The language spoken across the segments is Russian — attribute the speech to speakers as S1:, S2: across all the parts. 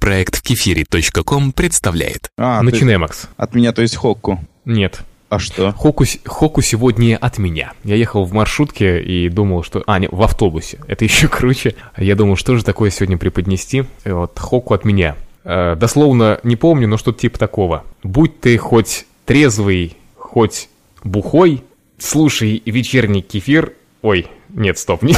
S1: Проект в кефире.ком представляет.
S2: А, ты
S3: Начинай, Макс.
S2: от меня, то есть Хокку.
S3: Нет.
S2: А что?
S3: Хоку, с- Хоку сегодня от меня. Я ехал в маршрутке и думал, что... А, нет, в автобусе. Это еще круче. Я думал, что же такое сегодня преподнести. И вот Хоку от меня. Э, дословно не помню, но что-то типа такого. Будь ты хоть трезвый, хоть бухой, слушай вечерний кефир... Ой, нет, стоп, не-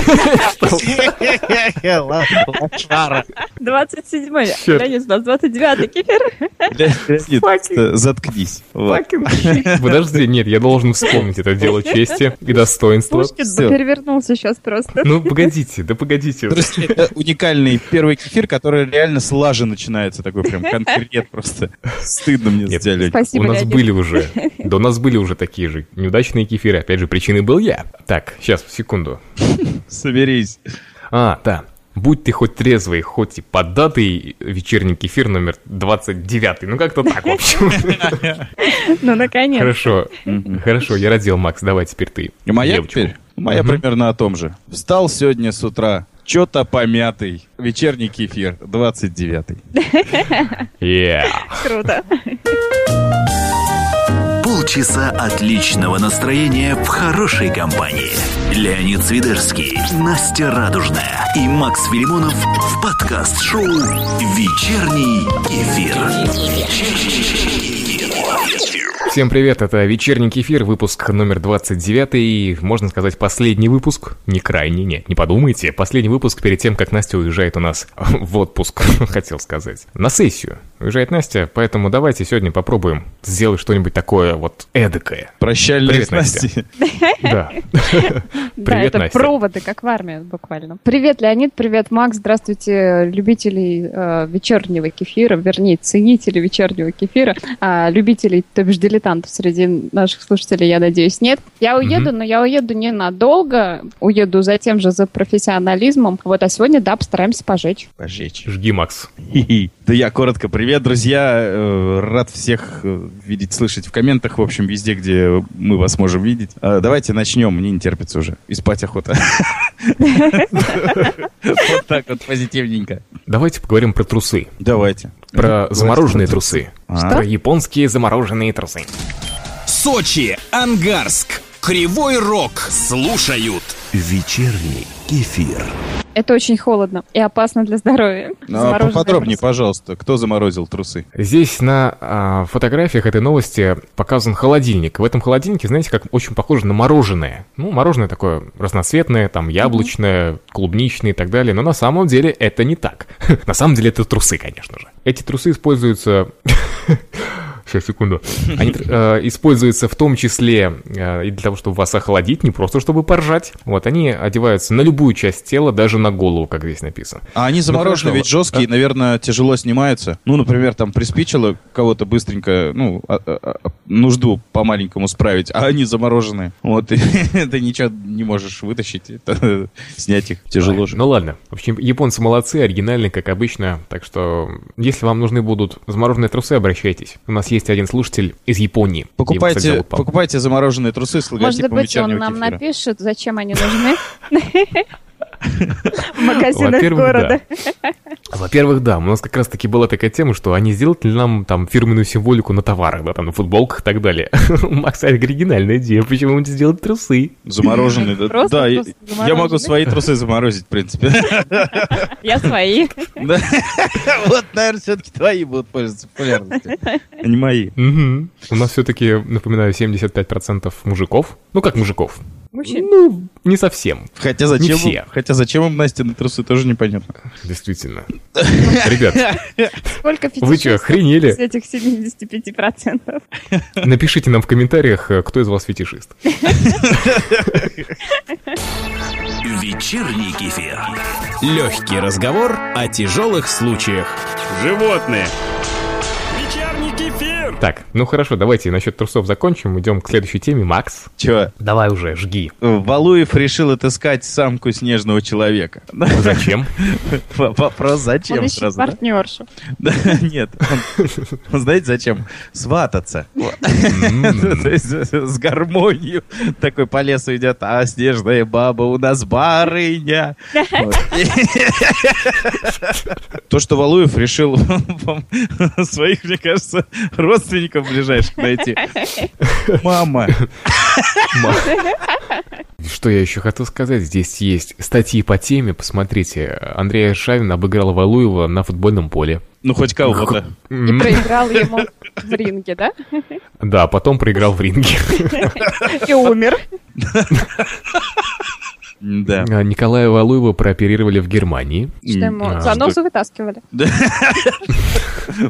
S4: 27-й.
S3: Чёрт.
S4: Леонид, у нас 29-й кефир.
S2: Леонид,
S4: Fucking-
S2: э, заткнись. Вот.
S3: fucking shit. Подожди, нет, я должен вспомнить это дело чести и достоинства.
S4: Пушкин
S2: Всё.
S4: перевернулся сейчас просто.
S3: Ну, погодите, да погодите.
S2: Подожди, Это уникальный первый кефир, который реально с лажи начинается, такой прям конкрет просто. Стыдно мне
S3: Нет.
S2: сделали.
S4: Спасибо,
S3: у нас
S4: Леонид.
S3: были уже. Да у нас были уже такие же неудачные кефиры. Опять же, причиной был я. Так, сейчас, секунду.
S2: Соберись.
S3: А, да. Будь ты хоть трезвый, хоть и поддатый, вечерний кефир номер 29. Ну, как-то так, в общем.
S4: Ну, наконец.
S3: Хорошо. Хорошо, я родил, Макс, давай теперь ты.
S2: И моя
S3: девочку.
S2: теперь? Моя
S3: Мгм.
S2: примерно о том же. Встал сегодня с утра, чё-то помятый. Вечерний кефир, 29-й.
S3: Yeah.
S4: Круто.
S5: Полчаса отличного настроения в хорошей компании. Леонид Свидерский, Настя Радужная и Макс Филимонов в подкаст-шоу «Вечерний кефир».
S3: Всем привет, это «Вечерний кефир», выпуск номер 29, и, можно сказать, последний выпуск, не крайний, нет, не подумайте, последний выпуск перед тем, как Настя уезжает у нас в отпуск, хотел сказать, на сессию. Уезжает Настя, поэтому давайте сегодня попробуем сделать что-нибудь такое вот эдакое.
S2: Прощальные
S3: Привет,
S2: снасти.
S3: Да,
S4: да, это
S3: Настя.
S4: проводы, как в армии буквально. Привет, Леонид, привет, Макс. Здравствуйте, любителей э, вечернего кефира, вернее, ценители вечернего кефира, а, любителей, то бишь дилетантов среди наших слушателей, я надеюсь, нет. Я уеду, но я уеду ненадолго, уеду затем же за профессионализмом. Вот, а сегодня, да, постараемся пожечь.
S2: Пожечь.
S3: жги, Макс.
S2: Хи-хи. Да я коротко. Привет, друзья. Э, Рад всех э, видеть, слышать в комментах, в общем, везде, где мы вас можем видеть. А, Давайте начнем, мне не терпится уже. И спать охота. Вот так вот позитивненько.
S3: Давайте поговорим про трусы,
S2: Давайте.
S3: про замороженные трусы,
S2: А?
S3: про японские замороженные трусы.
S6: Сочи, Ангарск, Кривой Рог слушают.
S5: «Вечерний кефир».
S4: Это очень холодно и опасно для здоровья.
S2: А,
S4: Замороженные
S2: Поподробнее,
S4: трусы.
S2: пожалуйста, кто заморозил трусы?
S3: Здесь на а, фотографиях этой новости показан холодильник. В этом холодильнике, знаете, как очень похоже на мороженое. Ну, мороженое такое разноцветное, там яблочное, клубничное и так далее. Но на самом деле это не так. На самом деле это трусы, конечно же. Эти трусы используются... Сейчас, секунду. Они э, используются в том числе э, и для того, чтобы вас охладить, не просто чтобы поржать. Вот, они одеваются на любую часть тела, даже на голову, как здесь написано.
S2: А они заморожены
S3: Ну, хорошо. А?
S2: ведь жесткие, наверное, тяжело снимаются. Ну, например, там приспичило кого-то быстренько, ну, а- а- а, нужду по-маленькому справить, а они заморожены. Вот, и ты ничего не можешь вытащить, это- снять их тяжело же.
S3: Ну ладно. В общем, японцы молодцы, оригинальные, как обычно. Так что, если вам нужны будут замороженные трусы, обращайтесь. У нас есть один слушатель из Японии. Я его,
S2: Покупайте,
S3: кстати, зовут, по-моему.
S2: покупайте замороженные трусы с
S4: Может
S2: логотипом
S4: быть, он
S2: вечернего
S4: нам
S2: кефира.
S4: напишет, зачем они нужны в магазинах
S3: Во-первых,
S4: города.
S3: Во-первых, да, у нас как раз-таки была такая тема, что они сделают ли нам там фирменную символику на товарах, да, там на футболках и так далее. У Макса оригинальная идея, почему бы не сделать трусы?
S2: Замороженные, да.
S4: Просто
S2: да, я,
S4: трусы
S2: я
S4: замороженные.
S2: могу свои трусы заморозить, в принципе.
S4: Я свои.
S2: Да. Вот, наверное, все-таки твои будут пользоваться популярностью. а Не мои.
S3: Мгм. У нас все-таки, напоминаю, 75% мужиков. Ну как мужиков?
S4: Мужчин.
S3: Ну, не совсем,
S2: Хотя зачем,
S3: Не все.
S2: им- хотя зачем им Настя на трусы, тоже непонятно.
S3: действительно. Ребят,
S4: Сколько
S3: вы что,
S4: фетишистов
S3: охренели?
S4: из этих 75%?
S3: Напишите нам в комментариях, э, кто из вас фетишист.
S5: «Вечерний кефир».
S6: Легкий разговор о тяжелых случаях.
S7: Животные. Вечерний кефир.
S3: Так, ну хорошо, давайте насчет трусов закончим, идем к следующей теме. Макс,
S2: Че,
S3: давай уже, жги.
S2: Валуев решил отыскать самку снежного человека.
S3: Зачем?
S2: Вопрос зачем
S4: Он ищет
S2: сразу? да?
S4: партнершу.
S2: Да, нет. Он- он, знаете, зачем? Свататься. То есть э, с гармонией такой по лесу идет, а снежная баба у нас барыня. Вот. То, что Валуев решил вам своих, мне кажется, родственников ближайших найти. Мама.
S3: Что я еще хотел сказать? Здесь есть статьи по теме, посмотрите. Андрей Шавин обыграл Валуева на футбольном поле.
S2: Ну, хоть кого-то.
S4: И
S3: М,
S4: проиграл ему в ринге, да?
S3: Да, потом проиграл в ринге.
S4: И умер.
S2: Да.
S3: А, Николая Валуева прооперировали в Германии.
S4: Что ему
S3: а,
S4: за носу вытаскивали.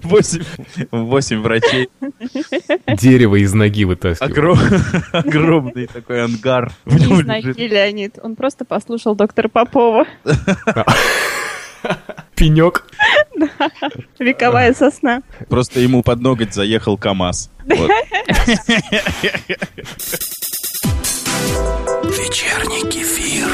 S2: Восемь, восемь врачей.
S3: Дерево из ноги вытаскивали.
S2: Огром- огромный такой ангар. В
S4: Не
S2: нем
S4: из ноги,
S2: лежит.
S4: Леонид. Он просто послушал доктора Попова.
S3: Пенек.
S4: Вековая сосна.
S2: Просто ему под ноготь заехал КАМАЗ. Вот.
S5: Вечерний кефир.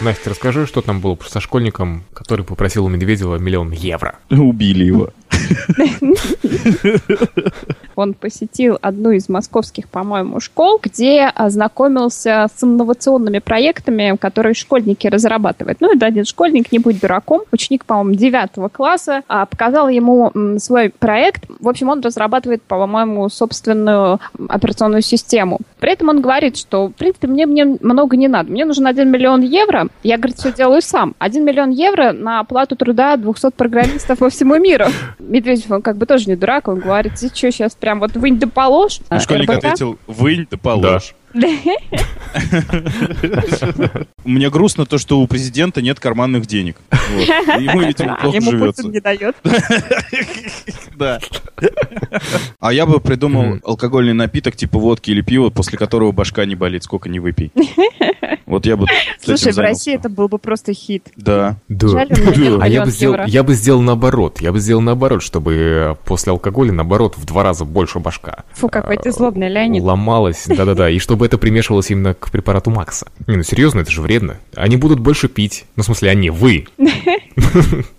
S3: Настя, расскажи, что там было со школьником, который попросил у Медведева миллион евро.
S2: Убили его.
S4: Он посетил одну из московских, по-моему, школ, где ознакомился с инновационными проектами, которые школьники разрабатывают. Ну и да, один школьник, не будь дураком, ученик, по-моему, 9 класса, а, показал ему м, свой проект. В общем, он разрабатывает, по-моему, собственную м, операционную систему. При этом он говорит, что, в принципе, мне, мне много не надо. Мне нужен 1 миллион евро. Я, говорит, все делаю сам. 1 миллион евро на оплату труда 200 программистов по всему миру. Медведев, он как бы тоже не дурак, он говорит, ты что, сейчас прям вот вынь да положь. Э,
S2: Ну, Школьник
S4: РБК.
S2: ответил, вынь да положь. Мне грустно то, что у президента нет карманных денег. Вот. Ему, видимо, плохо
S4: А, Ему
S2: живется.
S4: Путин не дает.
S2: Да. А я бы придумал
S3: Мгм.
S2: алкогольный напиток типа водки или пива, после которого башка не болит, сколько не выпей. Вот я бы с этим
S4: Слушай, в
S2: занялся.
S4: России это был бы просто хит.
S2: Да.
S4: Жаль, он не дал
S3: А я
S4: миллион
S3: бы, сделал,
S4: евро.
S3: я бы сделал наоборот. Я бы сделал наоборот, чтобы э, после алкоголя, наоборот, в два раза больше башка.
S4: Фу, какой ты
S3: э,
S4: злобный, Леонид.
S3: Ломалась, да-да-да. И чтобы это примешивалось именно к препарату Макса. Не, ну серьезно, это же вредно. Они будут больше пить. Ну, в смысле, они, вы.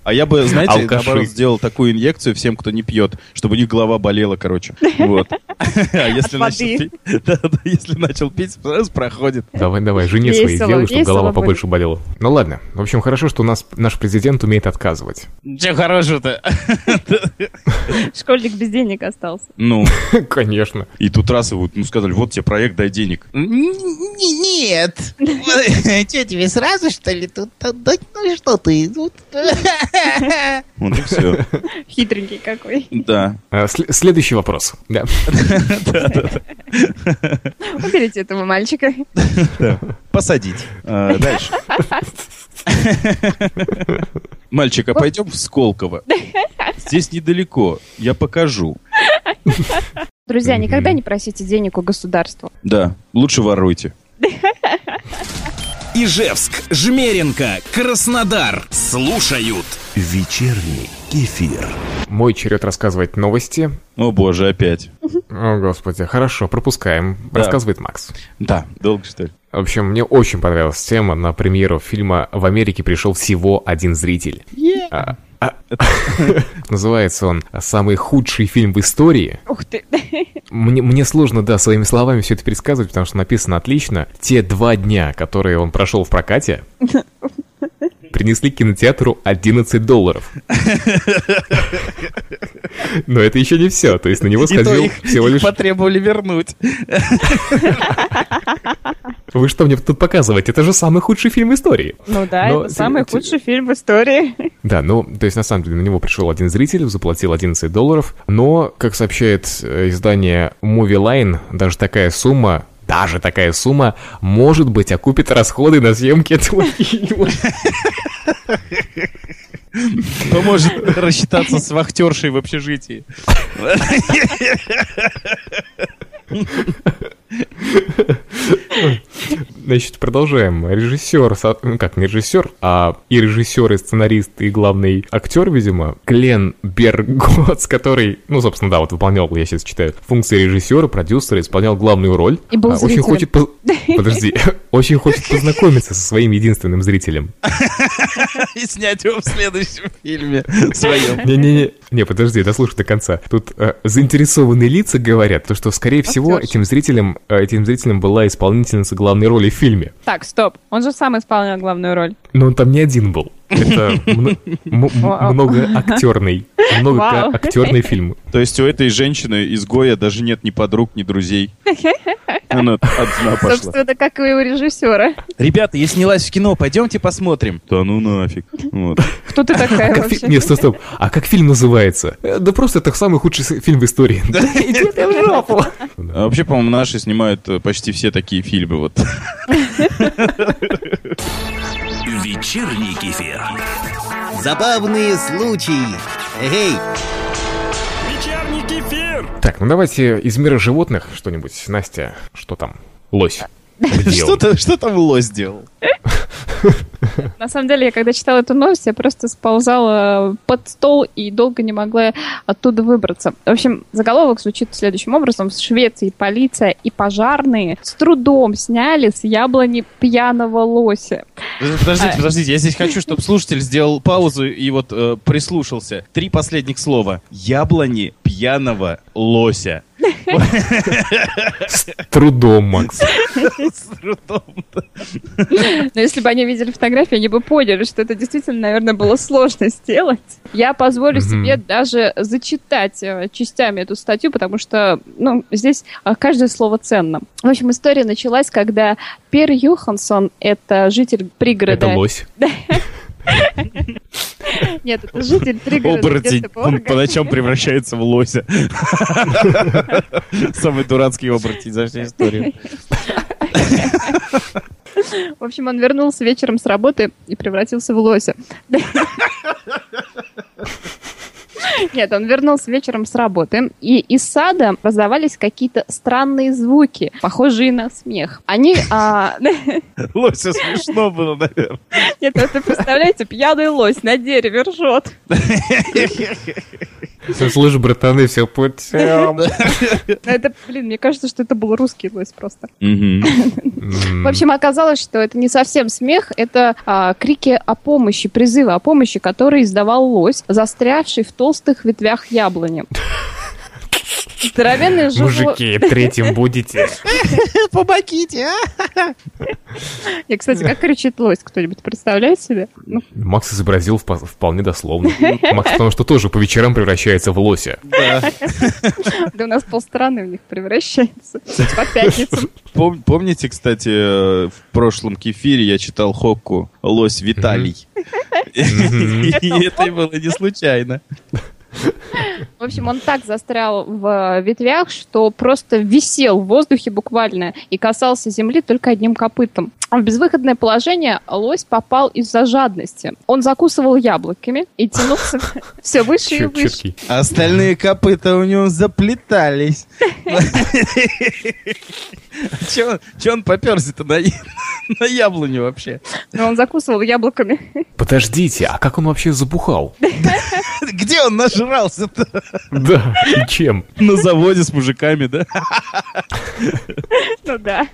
S2: А я бы, знаете,
S3: Алкаши.
S2: наоборот, сделал такую инъекцию всем, кто не пьет, чтобы у них голова болела, короче. Вот. А если
S4: От
S2: начал
S4: воды.
S2: пить, да-да, если начал пить, сразу проходит.
S3: Давай-давай, жене своей
S4: Весело,
S3: сделай, чтобы
S4: весело
S3: голова
S4: будет.
S3: побольше болела. Ну ладно. В общем, хорошо, что у нас наш президент умеет отказывать.
S2: Че хорошего-то?
S4: Школьник без денег остался.
S2: Ну,
S3: Конечно.
S2: и тут раз его, ну, сказали, вот тебе проект, дай денег.
S7: Нет. Че тебе сразу, что ли? Тут, тут- да ну что ты? э, Тут...
S2: Вот и все.
S4: Хитренький какой.
S2: Да.
S3: А, сл- следующий вопрос. Да.
S4: Уберите этого мальчика.
S2: Посадить. А, Дальше. Мальчик, а пойдем в Сколково? Здесь недалеко, я покажу.
S4: Друзья,
S3: Мгм.
S4: никогда не просите денег у государства.
S2: Да, лучше воруйте.
S6: Ижевск, Жмеренко, Краснодар. Слушают.
S5: Вечерний кефир.
S3: Мой черед рассказывать новости.
S2: О боже, опять.
S3: О, господи, хорошо, пропускаем.
S2: Да.
S3: Рассказывает Макс.
S2: Да. Долго, что ли?
S3: В общем, мне очень понравилась тема. На премьеру фильма в Америке пришел всего один зритель. А, а, Называется он «Самый худший фильм в истории».
S4: Ух ты.
S3: Мне, мне сложно, да, своими словами все это пересказывать, потому что написано отлично. Те два дня, которые он прошел в прокате, принесли кинотеатру 11 долларов. Но это еще не все. То есть на него
S2: И то
S3: сходил
S2: их-
S3: всего
S2: их
S3: лишь...
S2: потребовали вернуть.
S3: Вы что мне тут показываете? Это же самый худший фильм в истории.
S4: Ну да,
S3: Но
S4: это
S3: те-
S4: самый
S3: те-
S4: худший фильм в истории.
S3: Да, ну, то есть, на самом деле, на него пришел один зритель, заплатил 11 долларов, но, как сообщает э, издание Movie Line, даже такая сумма, даже такая сумма, может быть, окупит расходы на съемки этого фильма.
S2: Поможет рассчитаться с вахтершей в общежитии.
S3: Ну, Значит, продолжаем. Режиссер, со- ну как не режиссер, а и режиссер, и сценарист, и главный актер, видимо, Клен Бергоц, который, ну, собственно, да, вот выполнял, я сейчас читаю, функции режиссера, продюсера, исполнял главную роль. А,
S4: И был
S3: очень
S4: зрителем.
S3: хочет... по- Подожди. Очень хочет познакомиться со своим единственным зрителем.
S2: И снять его в следующем фильме своем.
S3: Не-не-не. Не, подожди, дослушай до конца. Тут э, заинтересованные лица говорят, то, что, скорее всего,
S4: Актерша.
S3: этим зрителям, э, этим зрителям была исполнительница главной роли в фильме.
S4: Так, стоп. Он же сам исполнял главную роль.
S3: Но он там не один был. Это мно- м- м-
S4: Вау.
S3: многоактерный, многоактерный фильм.
S2: То есть у этой женщины изгоя даже нет ни подруг, ни друзей. Она одна пошла.
S4: Собственно, как и у режиссера.
S2: Ребята, я снялась в кино, пойдемте посмотрим. Да ну нафиг. Вот.
S4: Кто ты такая
S3: Как фи-
S4: вообще?
S3: Нет, стоп, стоп. А как фильм называется? Э, Да просто это самый худший с- фильм в истории. Да иди ты в жопу.
S2: А вообще, по-моему, наши снимают э, почти все такие фильмы. Вот.
S5: Вечерний кефир.
S7: Забавные случаи. Эй,
S3: Так, ну давайте из мира животных что-нибудь. Настя, что там? Лось. Где он?
S2: Что-то, что там лось сделал?
S4: На самом деле, я когда читала эту новость, я просто сползала под стол и долго не могла оттуда выбраться. В общем, заголовок звучит следующим образом. В Швеции полиция и пожарные с трудом сняли с яблони пьяного лося.
S2: Подождите, подождите, я здесь хочу, чтобы слушатель сделал паузу и вот э, прислушался. Три последних слова. Яблони пьяного лося.
S3: Трудом, Макс.
S2: С трудом.
S4: Но если бы они видели фотографии, они бы поняли, что это действительно, наверное, было сложно сделать. Я позволю
S3: Мгм.
S4: себе даже зачитать э, частями эту статью, потому что ну, здесь э, каждое слово ценно. В общем, история началась, когда Пер Юхансон, это житель пригорода...
S3: Это лось.
S4: Нет, это житель пригорода
S2: Оборотень. Он по
S4: Гетеборга.
S2: ночам превращается в лося. Самый дурацкий оборотень за всю историю.
S4: В общем, он вернулся вечером с работы и превратился в лося. Нет, он вернулся вечером с работы, и из сада раздавались какие-то странные звуки, похожие на смех. Они... а,
S2: Лося смешно было, наверное.
S4: Нет, вот вы представляете, пьяный лось на дереве ржет.
S3: Слышь, братаны, все путем.
S4: Это, блин, мне кажется, что это был русский лось просто.
S3: М.
S4: В общем, оказалось, что это не совсем смех, это а, крики о помощи, призывы о помощи, которые издавал лось, застрявший в толстых ветвях яблони. Здоровенное животное...
S3: Мужики, третьим будете.
S7: помогите, а?
S4: Я, кстати, как кричит лось, кто-нибудь представляет себе? Ну,
S3: Макс изобразил впо- вполне дословно. Макс, потому что тоже по вечерам превращается в лося.
S4: да у нас полстраны в них Типа превращается. По пятницам.
S2: Пом- Помните, кстати, э, в прошлом кефире я читал Хокку «Лось Виталий». И это было не случайно.
S4: В общем, он так застрял в э, ветвях, что просто висел в воздухе буквально и касался земли только одним копытом. В безвыходное положение лось попал из-за жадности. Он закусывал яблоками и тянулся все выше и
S3: Чё-
S4: выше.
S3: чёткий.
S2: А Остальные копыта у него заплетались. Че он, чё он поперся-то на, я- на яблоню вообще?
S4: Но он закусывал яблоками.
S3: Подождите, а как он вообще забухал?
S2: Где он нажрался-то?
S3: Да, и чем?
S2: На заводе с мужиками, да?
S4: Ну да.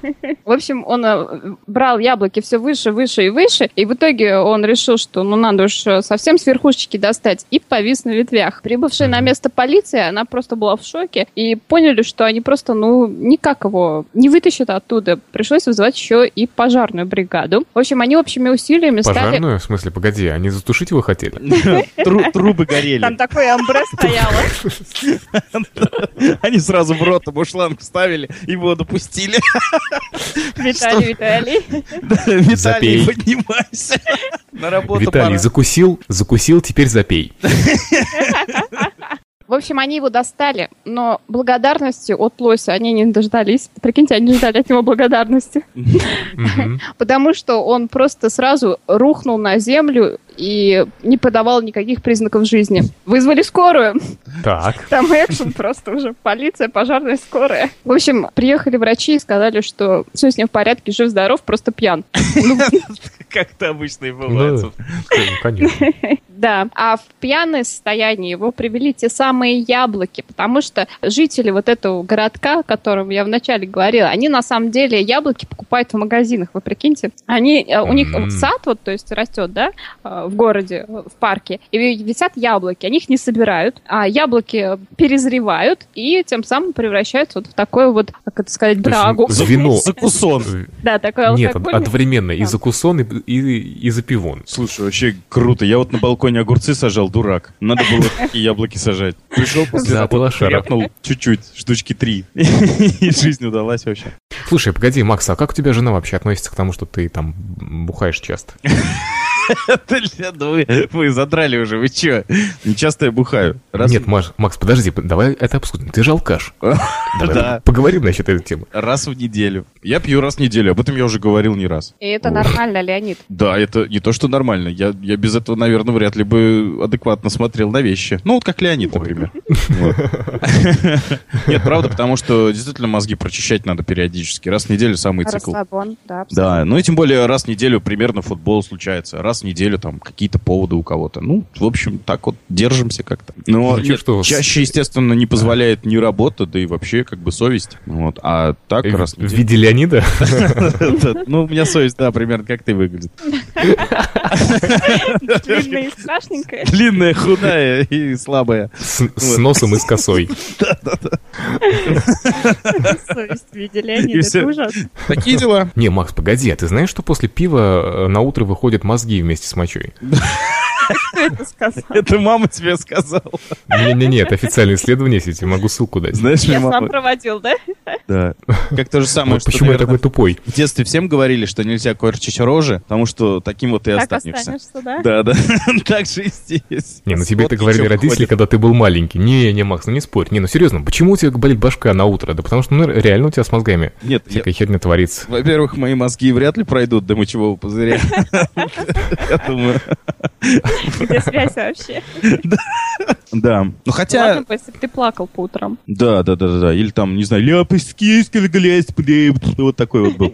S4: В общем, он э, брал яблоки все выше, выше и выше. И в итоге он решил, что ну надо уж э, совсем с верхушечки достать. И повис на ветвях. Прибывшая на место полиция, она просто была в шоке. И поняли, что они просто, ну, никак его не вытащат оттуда. Пришлось вызывать еще и пожарную бригаду. В общем, они общими усилиями стали...
S3: Пожарную? В смысле, погоди, они затушить его хотели?
S2: Тру- Трубы
S4: Там
S2: горели.
S4: такой амбре стояло.
S2: Они сразу в рот ему шланг вставили и воду пустили.
S4: Виталий, Виталий.
S2: Виталий,
S3: Запей.
S2: поднимайся. На работу
S3: Виталий,
S2: пора.
S3: закусил, закусил, теперь запей.
S4: В общем, они его достали, но благодарности от лося они не дождались. Прикиньте, они не ждали от него благодарности.
S3: Мгм.
S4: Потому что он просто сразу рухнул на землю и не подавал никаких признаков жизни. Вызвали скорую.
S3: Так.
S4: Там экшен просто уже. Полиция, пожарная, скорая. В общем, приехали врачи и сказали, что все с ним в порядке, жив-здоров, просто пьян.
S8: Как-то обычно и бывает.
S3: Ну, ну, конечно.
S4: Да, а в пьяное состояние его привели те самые яблоки, потому что жители вот этого городка, о котором я вначале говорила, они на самом деле яблоки покупают в магазинах, вы прикиньте. Они, э, у них
S3: М.
S4: сад вот, то есть растет, да, э, в городе, э, в парке, и висят яблоки, они их не собирают, а яблоки перезревают и тем самым превращаются вот в такую вот, как это сказать,
S3: То есть
S4: брагу.
S3: Вино.
S2: Закусон.
S4: Да, такой алкогольный.
S3: Нет, од- одновременно и
S4: Да.
S3: закусон, и, и, и запивон.
S2: Слушай, вообще круто. Я вот на балконе огурцы сажал, дурак. Надо было такие яблоки сажать. Пришел после
S3: Да, ты
S2: работы,
S3: лошара.
S2: ляпнул чуть-чуть, штучки три. И жизнь удалась вообще.
S3: Слушай, погоди, Макс, а как у тебя жена вообще относится к тому, что ты там бухаешь часто?
S2: Вы, вы задрали уже, вы че? Нечасто я бухаю. Раз,
S3: Нет, Маш- Макс, подожди, п- давай это обсудим. Ты же алкаш. Давай
S2: Да.
S3: поговорим насчет этой темы.
S2: раз в неделю. Я пью раз в неделю, об этом я уже говорил не раз.
S4: И это
S3: Ух.
S4: нормально, Леонид.
S2: Да, это не то, что нормально. Я, я без этого, наверное, вряд ли бы адекватно смотрел на вещи. Ну, вот как Леонид, например. Вот. Нет, правда, потому что действительно мозги прочищать надо периодически. Раз в неделю самый цикл.
S4: Расслабон, да, абсолютно.
S2: Да, ну и тем более раз в неделю примерно футбол случается, раз в неделю там какие-то поводы у кого-то. Ну, в общем, так вот держимся как-то. Но
S3: Ну, чё,
S2: нет,
S3: что с-
S2: чаще, естественно, не позволяет ни работа, да и вообще как бы совесть. Вот, а так
S3: Э,
S2: раз в
S3: в
S2: неделю.
S3: виде Леонида?
S2: Это- Ну, у меня совесть, да, примерно как ты выглядит.
S4: Длинное и страшненькое.
S2: Длинная, худая и слабая.
S3: С, с носом и с косой.
S4: Совесть в виде
S2: И
S4: Леонида.
S2: всё.
S4: Это ужас.
S2: Такие дела.
S3: Не, Макс, погоди, а ты знаешь, что после пива э, на утро выходят мозги вместе с мочой?
S4: Это сказал.
S2: Это мама тебе сказала.
S3: Не-не-не, это официальное исследование, если я тебе могу ссылку дать.
S2: Знаешь, мне
S4: Я сам
S2: мама...
S4: проводил, да?
S2: Да. Как то же самое,
S3: А Вот
S2: что,
S3: почему я
S2: наверное,
S3: такой тупой?
S2: в детстве всем говорили, что нельзя корчить рожи, потому что таким вот и
S4: Так
S2: останешься.
S4: останешься,
S2: Да,
S4: да?
S2: да. Так же и здесь.
S3: Не, ну тебе
S2: Вот
S3: это говорили
S2: ничего
S3: родители, когда ты был маленький. Не, не, Макс, ну не спорь. Не, ну серьезно, почему у тебя болит башка на утро? Да потому что, ну, реально у тебя с мозгами
S2: выходит. Нет, я-
S3: всякая херня творится.
S2: во-первых, мои мозги вряд ли пройдут до мочевого пузыря. Я думаю.
S4: Где связь вообще?
S2: Да. Ну
S4: Ладно
S2: хотя...
S4: бы, если бы ты плакал по утрам.
S2: Да, да, да, да, да. Или там, не знаю, ляпыски, скалгалязь, вот такой вот был.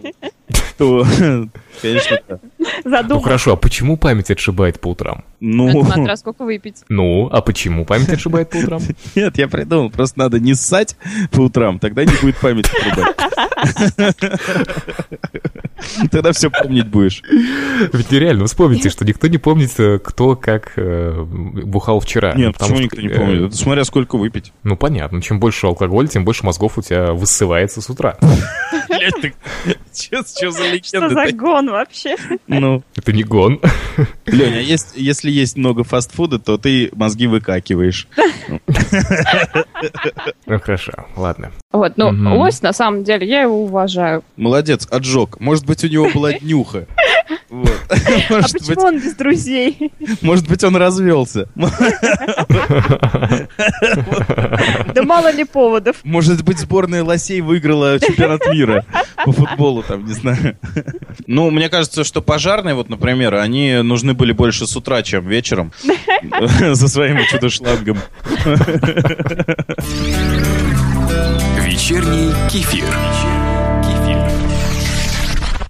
S2: То, конечно, да.
S3: Ну
S4: Задумал.
S3: хорошо, а почему память отшибает по утрам?
S2: Ну,
S4: Надо смотря сколько выпить.
S3: Ну, а почему память отшибает по утрам?
S2: нет, я придумал. Просто надо не ссать по утрам, тогда не будет памяти отрубать. Тогда все помнить будешь.
S3: Ведь нереально, вспомните, что никто не помнит, э, кто как э, бухал вчера.
S2: Нет,
S3: Потому
S2: почему
S3: что,
S2: никто не
S3: э,
S2: помнит? Это Смотря сколько выпить.
S3: Ну понятно, чем больше алкоголь, тем больше мозгов у тебя высывается с утра.
S2: Блять, ты... Че че за
S4: Что
S2: легенды?
S4: за
S2: такие?
S4: гон вообще?
S2: Ну,
S3: Это не гон.
S2: Леня, есть, если есть много фастфуда, то ты мозги выкакиваешь.
S3: Ну хорошо, ладно.
S4: Вот, ну,
S3: Мгм.
S4: лось, на самом деле, я его уважаю.
S2: Молодец, отжег. Может быть, у него была днюха. Вот.
S4: А
S2: Может,
S4: почему он без друзей?
S2: быть, может быть, он развелся.
S4: Да мало ли поводов.
S2: Может быть, сборная лосей выиграла чемпионат мира по футболу, там, не знаю. Ну, мне кажется, что пожарные, вот, например, они нужны были больше с утра, чем вечером. За своим чудо-шлангом.
S1: Вечерний кефир.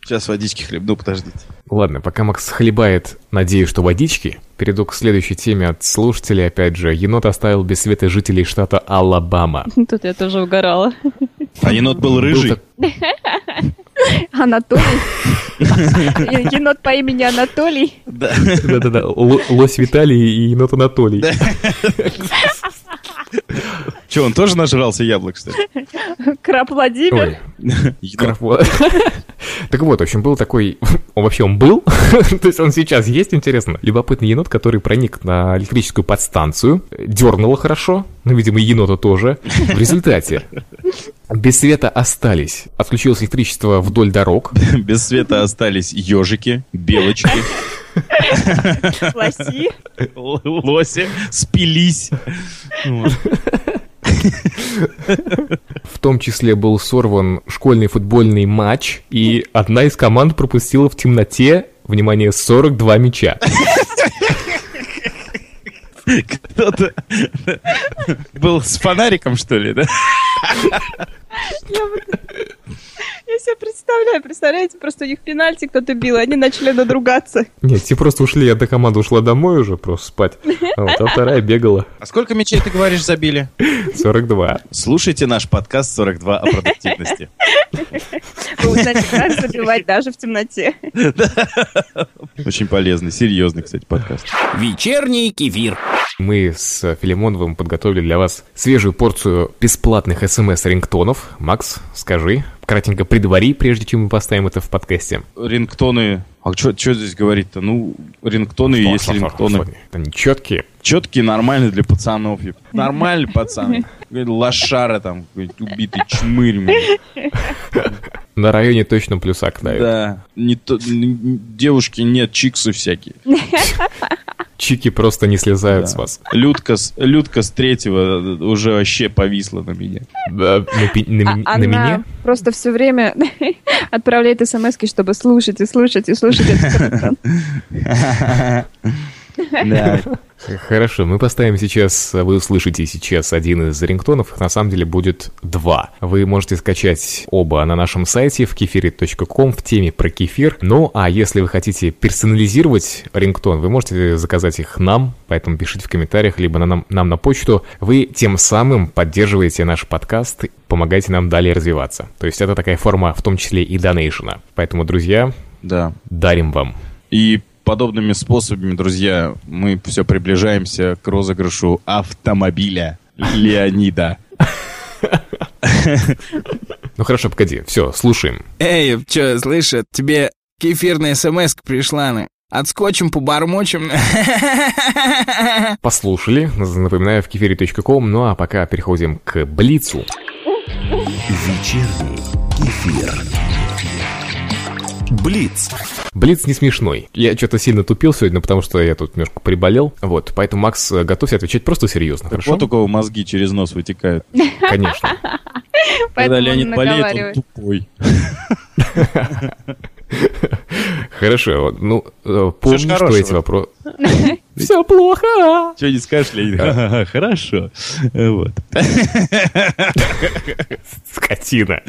S2: Сейчас водички хлебну, подождите.
S3: Ладно, пока Макс хлебает, надеюсь, что водички, перейду к следующей теме от слушателей, опять же. Енот оставил без света жителей штата Алабама.
S4: Тут я тоже угорала.
S2: А енот был рыжий.
S3: Был так-
S4: Анатолий. Енот по имени Анатолий.
S2: Да.
S3: Да-да-да, ло- лось Виталий и енот Анатолий.
S2: Че, он тоже нажрался яблок, что ли?
S4: Краб Владимир.
S3: Ой, Крафт- Типа, Так вот, в общем, был такой... Он вообще он был? То есть он сейчас есть, интересно? Любопытный енот, который проник на электрическую подстанцию, дернуло хорошо, ну, видимо, и енота тоже. В результате без света остались. Отключилось электричество вдоль дорог.
S2: Без света остались ежики, белочки,
S9: Лоси.
S2: Л- Лоси спились. Вот.
S3: В том числе был сорван школьный футбольный матч, и одна из команд пропустила в темноте, внимание, 42 мяча.
S2: Кто-то был с фонариком, что ли, да?
S9: Я вот- я себе представляю, представляете, просто у них пенальти кто-то бил, и они начали надругаться.
S3: Нет, те просто ушли, одна команда ушла домой уже просто спать, а вот, а вторая бегала
S2: А сколько мячей, ты говоришь, забили?
S3: 42.
S2: Слушайте наш подкаст 42 о продуктивности.
S9: Вы узнаете, как забивать даже в темноте.
S2: Очень полезный, серьезный, кстати, подкаст.
S6: Вечерний кефир.
S3: Мы с Филимоновым подготовили для вас свежую порцию бесплатных смс-рингтонов. Макс, скажи, кратенько предвари, прежде чем мы поставим это в подкасте.
S2: Рингтоны. А что здесь говорить-то? Ну, рингтоны и есть рингтоны.
S3: Они четкие.
S2: Четкие, нормальные для пацанов. еб. Нормальный пацан. Какой-то Лошара там, какой-то убитый чмырь. блин.
S3: На районе точно плюсак дают.
S2: Да. Не то- н- девушки нет, чиксы всякие.
S3: Чики просто не слезают
S2: Да.
S3: с вас.
S2: Людка с, Людка с третьего уже вообще повисла на меня.
S3: Да, на, пи- на
S4: А
S3: ми- на
S4: она
S3: меня?
S4: просто все время отправляет смс чтобы слушать и слушать и слушать. этот контент.
S2: Да.
S3: Хорошо, мы поставим сейчас, вы услышите сейчас один из рингтонов, их на самом деле будет два. Вы можете скачать оба на нашем сайте в кефире.ком в теме про кефир. Ну, а если вы хотите персонализировать рингтон, вы можете заказать их нам, поэтому пишите в комментариях, либо на нам, нам на почту. Вы тем самым поддерживаете наш подкаст, помогаете нам далее развиваться. То есть это такая форма, в том числе и донейшена. Поэтому, друзья,
S2: Да.
S3: дарим вам.
S2: И подобными способами, друзья, мы все приближаемся к розыгрышу автомобиля Леонида.
S3: Ну хорошо, погоди, все, слушаем.
S6: Эй, чё, слышит, тебе кефирная смс пришла на. Отскочим, побормочем.
S3: послушали. Напоминаю, в кефире.ком. Ну а пока переходим к Блицу.
S5: Вечерний кефир. Блиц.
S3: Блиц не смешной. Я что-то сильно тупил сегодня, потому что я тут немножко приболел. Вот, поэтому, Макс, э, готовься отвечать просто серьезно, хорошо?
S2: Вот у кого мозги через нос вытекают.
S3: Конечно.
S2: Когда
S4: Ну, Поэтому
S2: Леонид
S4: он
S2: болеет,
S4: наговаривает.
S2: он тупой.
S3: Хорошо, вот, ну, э, помни, что
S2: хорошего.
S3: эти вопросы... Все плохо!
S2: Чего не скажешь, Леонид? Ха-ха-ха, Хорошо. Э, Вот.
S3: Скотина.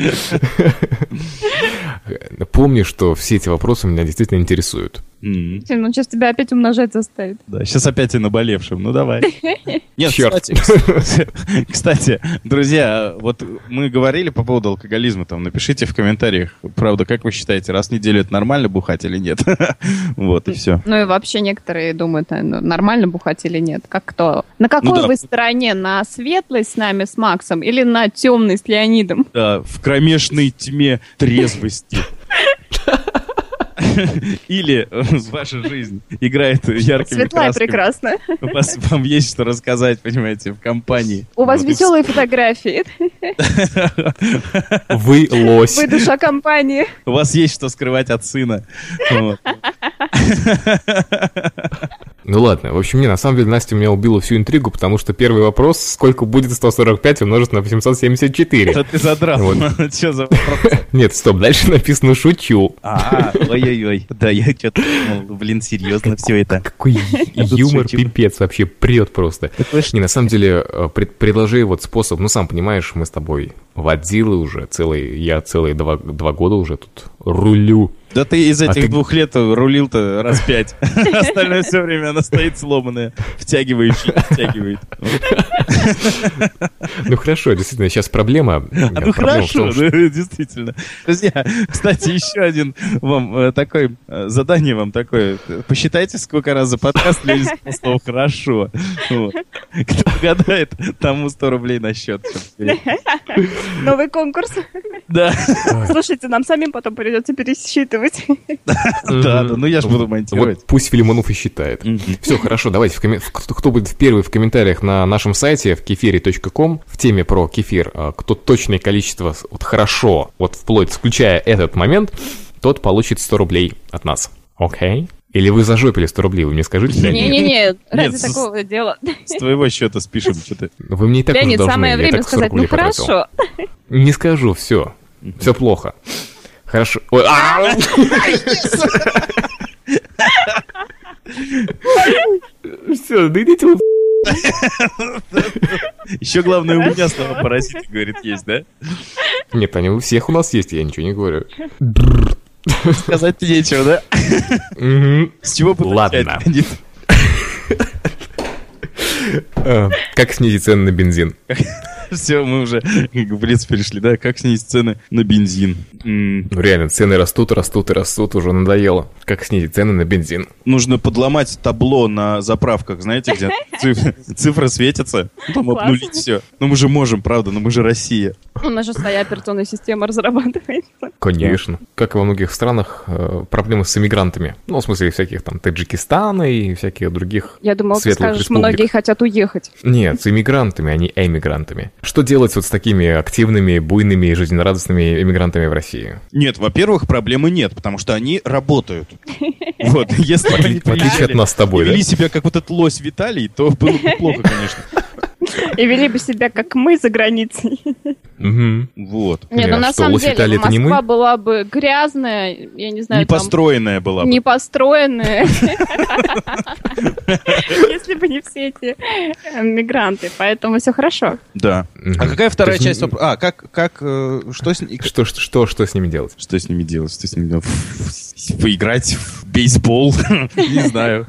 S3: Помни, что все эти вопросы меня действительно интересуют.
S2: М,
S4: Блин, Он сейчас тебя опять умножать заставит.
S2: Да, сейчас опять и наболевшим. Ну давай. Нет,
S3: Чёрт.
S2: кстати, кстати, друзья, вот мы говорили по поводу алкоголизма, там напишите в комментариях, правда, как вы считаете, раз в неделю это нормально бухать или нет? Вот и все.
S4: Ну и вообще некоторые думают, а, ну, нормально бухать или нет. Как кто? На какой
S2: Ну да.
S4: вы стороне? На светлой с нами, с Максом, или на темной с Леонидом?
S2: Да, в кромешной тьме трезвости. Или э, ваша жизнь играет яркими
S4: Светлая
S2: красками.
S4: прекрасно.
S2: У вас- Вам есть что рассказать, понимаете, в компании.
S4: У вас
S2: Вот и
S4: веселые фотографии.
S3: Вы лось.
S4: Вы душа компании.
S2: У вас есть что скрывать от сына. Вот.
S3: Ну ладно, в общем, не, на самом деле Настя у меня убила всю интригу, потому что первый вопрос, сколько будет 145 умножить на 874?
S2: Что ты задрал? Что за вопрос?
S3: Нет, стоп, дальше написано «шучу».
S2: А, ой-ой-ой. Да, я что-то думал, блин, серьезно все это.
S3: Какой юмор,
S2: шутил.
S3: пипец, вообще прет просто. Не, на самом деле, э, пред- предложи вот способ, ну сам понимаешь, мы с тобой водилы уже целый, я целые два, два года уже тут рулю.
S2: Да ты из
S3: А
S2: этих
S3: ты-
S2: двух лет рулил-то раз пять. Остальное все время она стоит сломанная. Втягиваешь и втягивает.
S3: Ну хорошо, действительно, сейчас проблема. Нет,
S2: Ну
S3: проблема в
S2: хорошо,
S3: том, что-
S2: ну, действительно. Друзья, кстати, еще один вам э, такой, э, задание вам такое. Посчитайте, сколько раз за подкаст люди сказали слово «хорошо». Вот. Кто угадает, тому 100 рублей на счет.
S9: Новый конкурс.
S2: Да,
S9: Слушайте, нам самим потом придется пересчитывать.
S2: да, да, ну я же буду
S3: Вот
S2: монтировать.
S3: пусть Филимонов и считает.
S2: Мгм.
S3: Все, хорошо, давайте, в коммен- в- кто, кто будет первый в комментариях на нашем сайте в кефире.ком в теме про кефир, э, кто точное количество, с- вот хорошо, вот вплоть, включая этот момент, тот получит 100 рублей от нас. Окей? Или вы зажопили 100 рублей, вы мне скажите, Леонид?
S9: Не-не-не, ради
S2: с-
S9: такого дела.
S2: С твоего счета спишем что-то.
S3: Вы мне и так
S9: Леонид,
S3: уже должны,
S9: самое
S3: я
S9: время
S3: так 40
S9: сказать, ну
S3: рублей потратил.
S9: хорошо.
S3: Не скажу, все. Все плохо. Хорошо. Ой, а! Все, да идите вы.
S2: Еще главное, у меня слово паразит, говорит, есть, да?
S3: Нет, они у всех у нас есть, я ничего не говорю.
S2: Сказать нечего, да?
S3: Мгм.
S2: С чего бы
S3: Ладно.
S2: начать, Леонид?
S3: Э, Как снизить цены на бензин?
S2: Все, мы уже как в лиц перешли, да? Как снизить цены на бензин? М,
S3: Ну реально, цены растут, растут и растут, уже надоело. Как снизить цены на бензин?
S2: Нужно подломать табло на заправках, знаете, где циф- цифры светятся, потом
S9: Класс.
S2: обнулить все. Ну мы же можем, правда, но мы же Россия.
S9: У нас же своя операционная система разрабатывает.
S3: Конечно. Как и во многих странах, э, проблемы с иммигрантами. Ну, в смысле, всяких там Таджикистана и всяких других
S4: Я думал, ты
S3: светлых
S4: скажешь,
S3: республик.
S4: многие хотят уехать.
S3: Нет, с иммигрантами, а не эмигрантами. Что делать вот с такими активными, буйными и жизнерадостными эмигрантами в России?
S2: Нет, во-первых, проблемы нет, потому что они работают. Вот, если
S3: В
S2: бы они
S3: отли- в отличие от
S2: приезжали
S3: нас с
S2: и
S3: тобой, да?
S2: вели себя как вот этот лось Виталий, то было бы плохо, конечно.
S9: И вели бы себя, как мы, за границей.
S3: Мгм.
S2: Вот.
S4: Не,
S3: Не,
S4: ну
S3: а
S4: на
S3: что,
S4: самом
S3: Лось
S4: деле
S3: Италия это не
S4: Москва
S3: мы?
S4: была бы грязная, я не знаю, там
S2: Непостроенная была бы.
S4: не построенная.
S9: Если бы не все эти э, мигранты. Поэтому все хорошо.
S2: Да.
S3: Мгм.
S2: А какая вторая
S3: То есть
S2: часть?
S3: не-
S2: вопро- А, как, как, э, что с ней?
S3: Что, что, что, что с ними делать?
S2: Что с ними делать? Что с ними делать? Поиграть в бейсбол? Не знаю.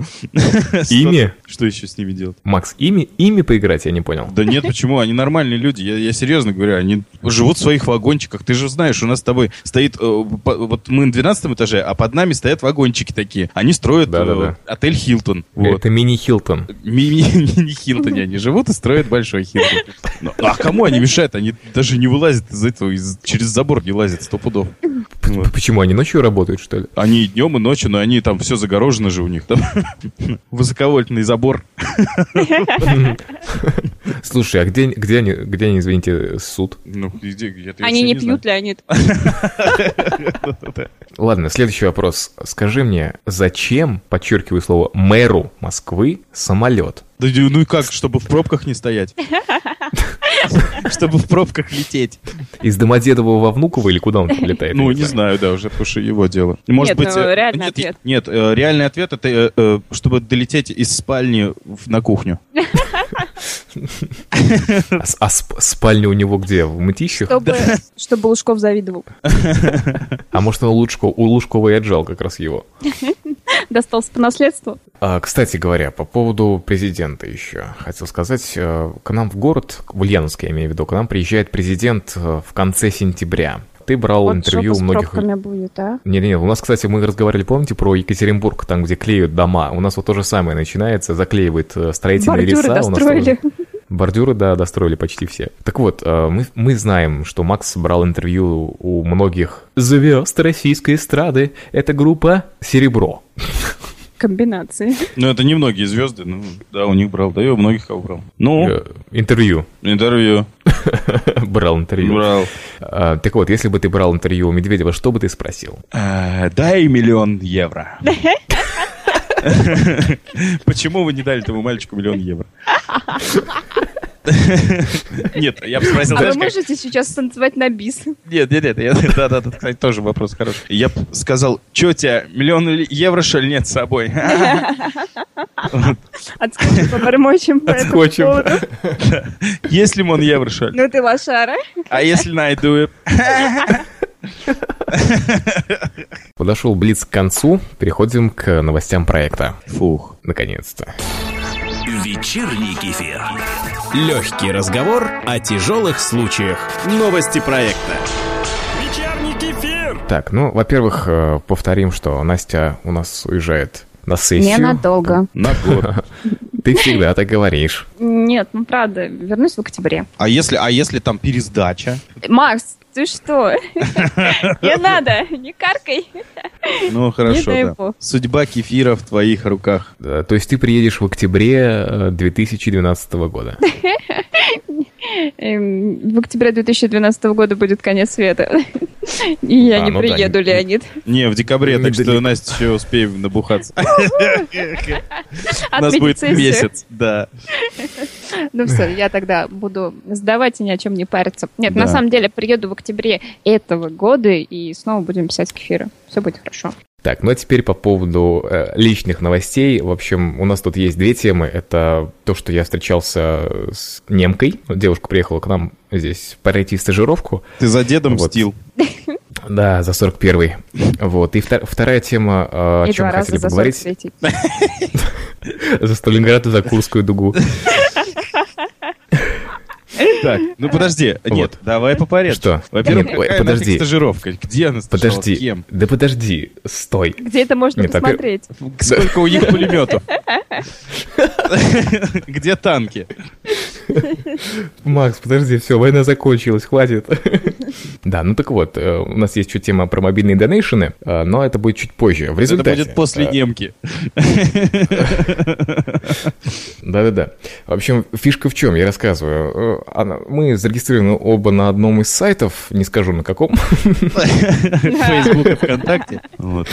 S3: Ими?
S2: Что- Что еще с ними делать?
S3: Макс, ими, ими поиграть, я не понял.
S2: Да нет, почему? Они нормальные люди. Я, я серьезно говорю, они живут в своих вагончиках. Ты же знаешь, у нас с тобой стоит... э, по- вот мы на 12 этаже, а под нами стоят вагончики такие. Они строят
S3: Да-да-да.
S2: э, отель «Хилтон». Вот.
S3: Это мини-Хилтон.
S2: Мини-Хилтоне они живут и строят большой Хилтон. Ну, а кому они мешают? Они даже не вылазят из этого, из- через забор не лазят, сто пудов. Вот.
S3: Почему, они ночью работают, что ли?
S2: Они и днем, и ночью, но они там все загорожено же у них. Там высоковольтный забор.
S3: Слушай, а где, где, они, где они, извините, суд?
S2: Ну, где, я- я вообще
S9: Они не
S2: знаю.
S9: пьют, Леонид.
S3: Ладно, следующий вопрос. Скажи мне, зачем, подчеркиваю слово, мэру Москвы самолет?
S2: Да, и- ну и как, чтобы в пробках не стоять? Чтобы в пробках лететь.
S3: Из Домодедово во Внуково или куда он там летает?
S2: Ну,
S3: я
S2: не знаю, да, уже потому что его дело. И, Может
S9: Нет,
S2: быть,
S9: ну,
S2: э,
S9: реальный
S2: нет,
S9: ответ.
S2: Нет, э, реальный ответ это э, э, чтобы долететь из спальни в- на кухню.
S3: А, с- а сп- спальня у него где? В мытищах?
S9: Чтобы, чтобы Лужков завидовал.
S3: А может, он Лучко, у Лужкова и отжал как раз его.
S9: Достался по наследству.
S3: А, кстати говоря, по поводу президента еще. Хотел сказать, э, к нам в город, в Ульяновск я имею в виду, к нам приезжает президент э, в конце сентября. Ты брал
S4: Вот
S3: интервью у
S4: жопа с
S3: многих...
S4: пробками будет, а?
S3: Не-не-не, у нас, кстати, мы разговаривали, помните, про Екатеринбург, там, где клеют дома. У нас вот то же самое начинается, заклеивают э, строительные
S4: Бордюры
S3: леса. У нас тоже-
S4: достроили.
S3: Бордюры, да, достроили почти все. Так вот, э, мы, мы знаем, что Макс брал интервью у многих звезд российской эстрады. Это группа «Серебро».
S9: Комбинации.
S2: Ну, это не многие звезды, ну, да, у них брал, да, и у многих кого брал. Ну,
S3: Э, Интервью.
S2: интервью
S3: Брал интервью.
S2: брал.
S3: Э, Так вот, если бы ты брал интервью у Медведева, что бы ты спросил?
S2: Э, Дай миллион евро. Почему вы не дали этому мальчику миллион евро? Нет, я бы спросил,
S9: А вы
S2: Ну, знаешь, как-
S9: можете сейчас станцевать на бис?
S2: Нет, нет, нет, я- да, да, да, кстати, тоже вопрос хороший. Я б сказал, что у тебя, миллион ли- евро, что ли, нет с собой?
S9: Отскочим, побормочем по этому
S3: Отскочим.
S9: поводу.
S2: Есть лимон евро, что ли?
S9: Ну ты лошара.
S2: А если найду? э?
S3: Подошел Блиц к концу, переходим к новостям проекта.
S2: Фух.
S3: Наконец-то.
S5: Вечерний кефир.
S6: Легкий разговор о тяжелых случаях. Новости проекта.
S5: Вечерний кефир.
S3: Так, ну, во-первых, э, повторим, что Настя у нас уезжает на сессию.
S4: Ненадолго.
S2: На год.
S3: Ты всегда так говоришь.
S4: Нет, ну правда, вернусь в октябре.
S2: А если, а если там пересдача?
S4: Макс,
S9: Ты что? Не надо, не каркай.
S2: Ну, хорошо,
S9: дай
S2: да.
S9: бог.
S2: Судьба кефира в твоих руках.
S3: Да, То есть ты приедешь в октябре э, 2012 года.
S9: Эм, В октябре 2012 года будет конец света. И я
S3: А,
S9: не
S3: ну да,
S9: приеду,
S3: не-
S9: Леонид.
S2: Не, в декабре, так что,
S3: Недалеко.
S2: Настя, еще успеем набухаться. У нас
S9: Отметить
S2: будет
S9: сессию.
S2: месяц, да.
S4: Ну все, я тогда буду сдавать и ни о чем не париться. Нет,
S2: Да.
S4: на самом деле приеду в октябре этого года и снова будем писать кефиры. Все будет хорошо.
S3: Так, ну а теперь по поводу э, личных новостей. В общем, у нас тут есть две темы. Это то, что я встречался с немкой. Вот Девушка приехала к нам здесь пройти стажировку.
S2: Ты за дедом
S3: Вот.
S2: мстил.
S3: Да, за 41-й. Вот. И втор- вторая тема, э, о
S4: и
S3: чем
S4: два
S3: мы
S4: раза
S3: хотели
S4: за
S3: поговорить,
S4: 43.
S3: за Сталинград и за Курскую дугу. Так,
S2: Ну подожди, нет, давай по порядку.
S3: Что?
S2: Во-первых,
S3: Нет, ой,
S2: какая
S3: подожди.
S2: нафиг стажировка? Где она стажировалась?
S3: подожди.
S2: Кем?
S3: Да подожди, стой.
S9: Где это можно
S3: Нет, а во-пер-
S9: посмотреть?
S2: Сколько у них пулеметов? Где танки?
S3: Макс, подожди, все, война закончилась, хватит. Да, ну так вот, э, у нас есть еще тема про мобильные донейшены, э, но это будет чуть позже.
S2: Это
S3: В результате...
S2: будет после
S3: э,
S2: немки.
S3: Да-да-да. В общем, фишка в чем, я рассказываю. Э, она- Мы зарегистрированы оба на одном из сайтов, не скажу на каком,
S2: Facebook и ВКонтакте. Вот.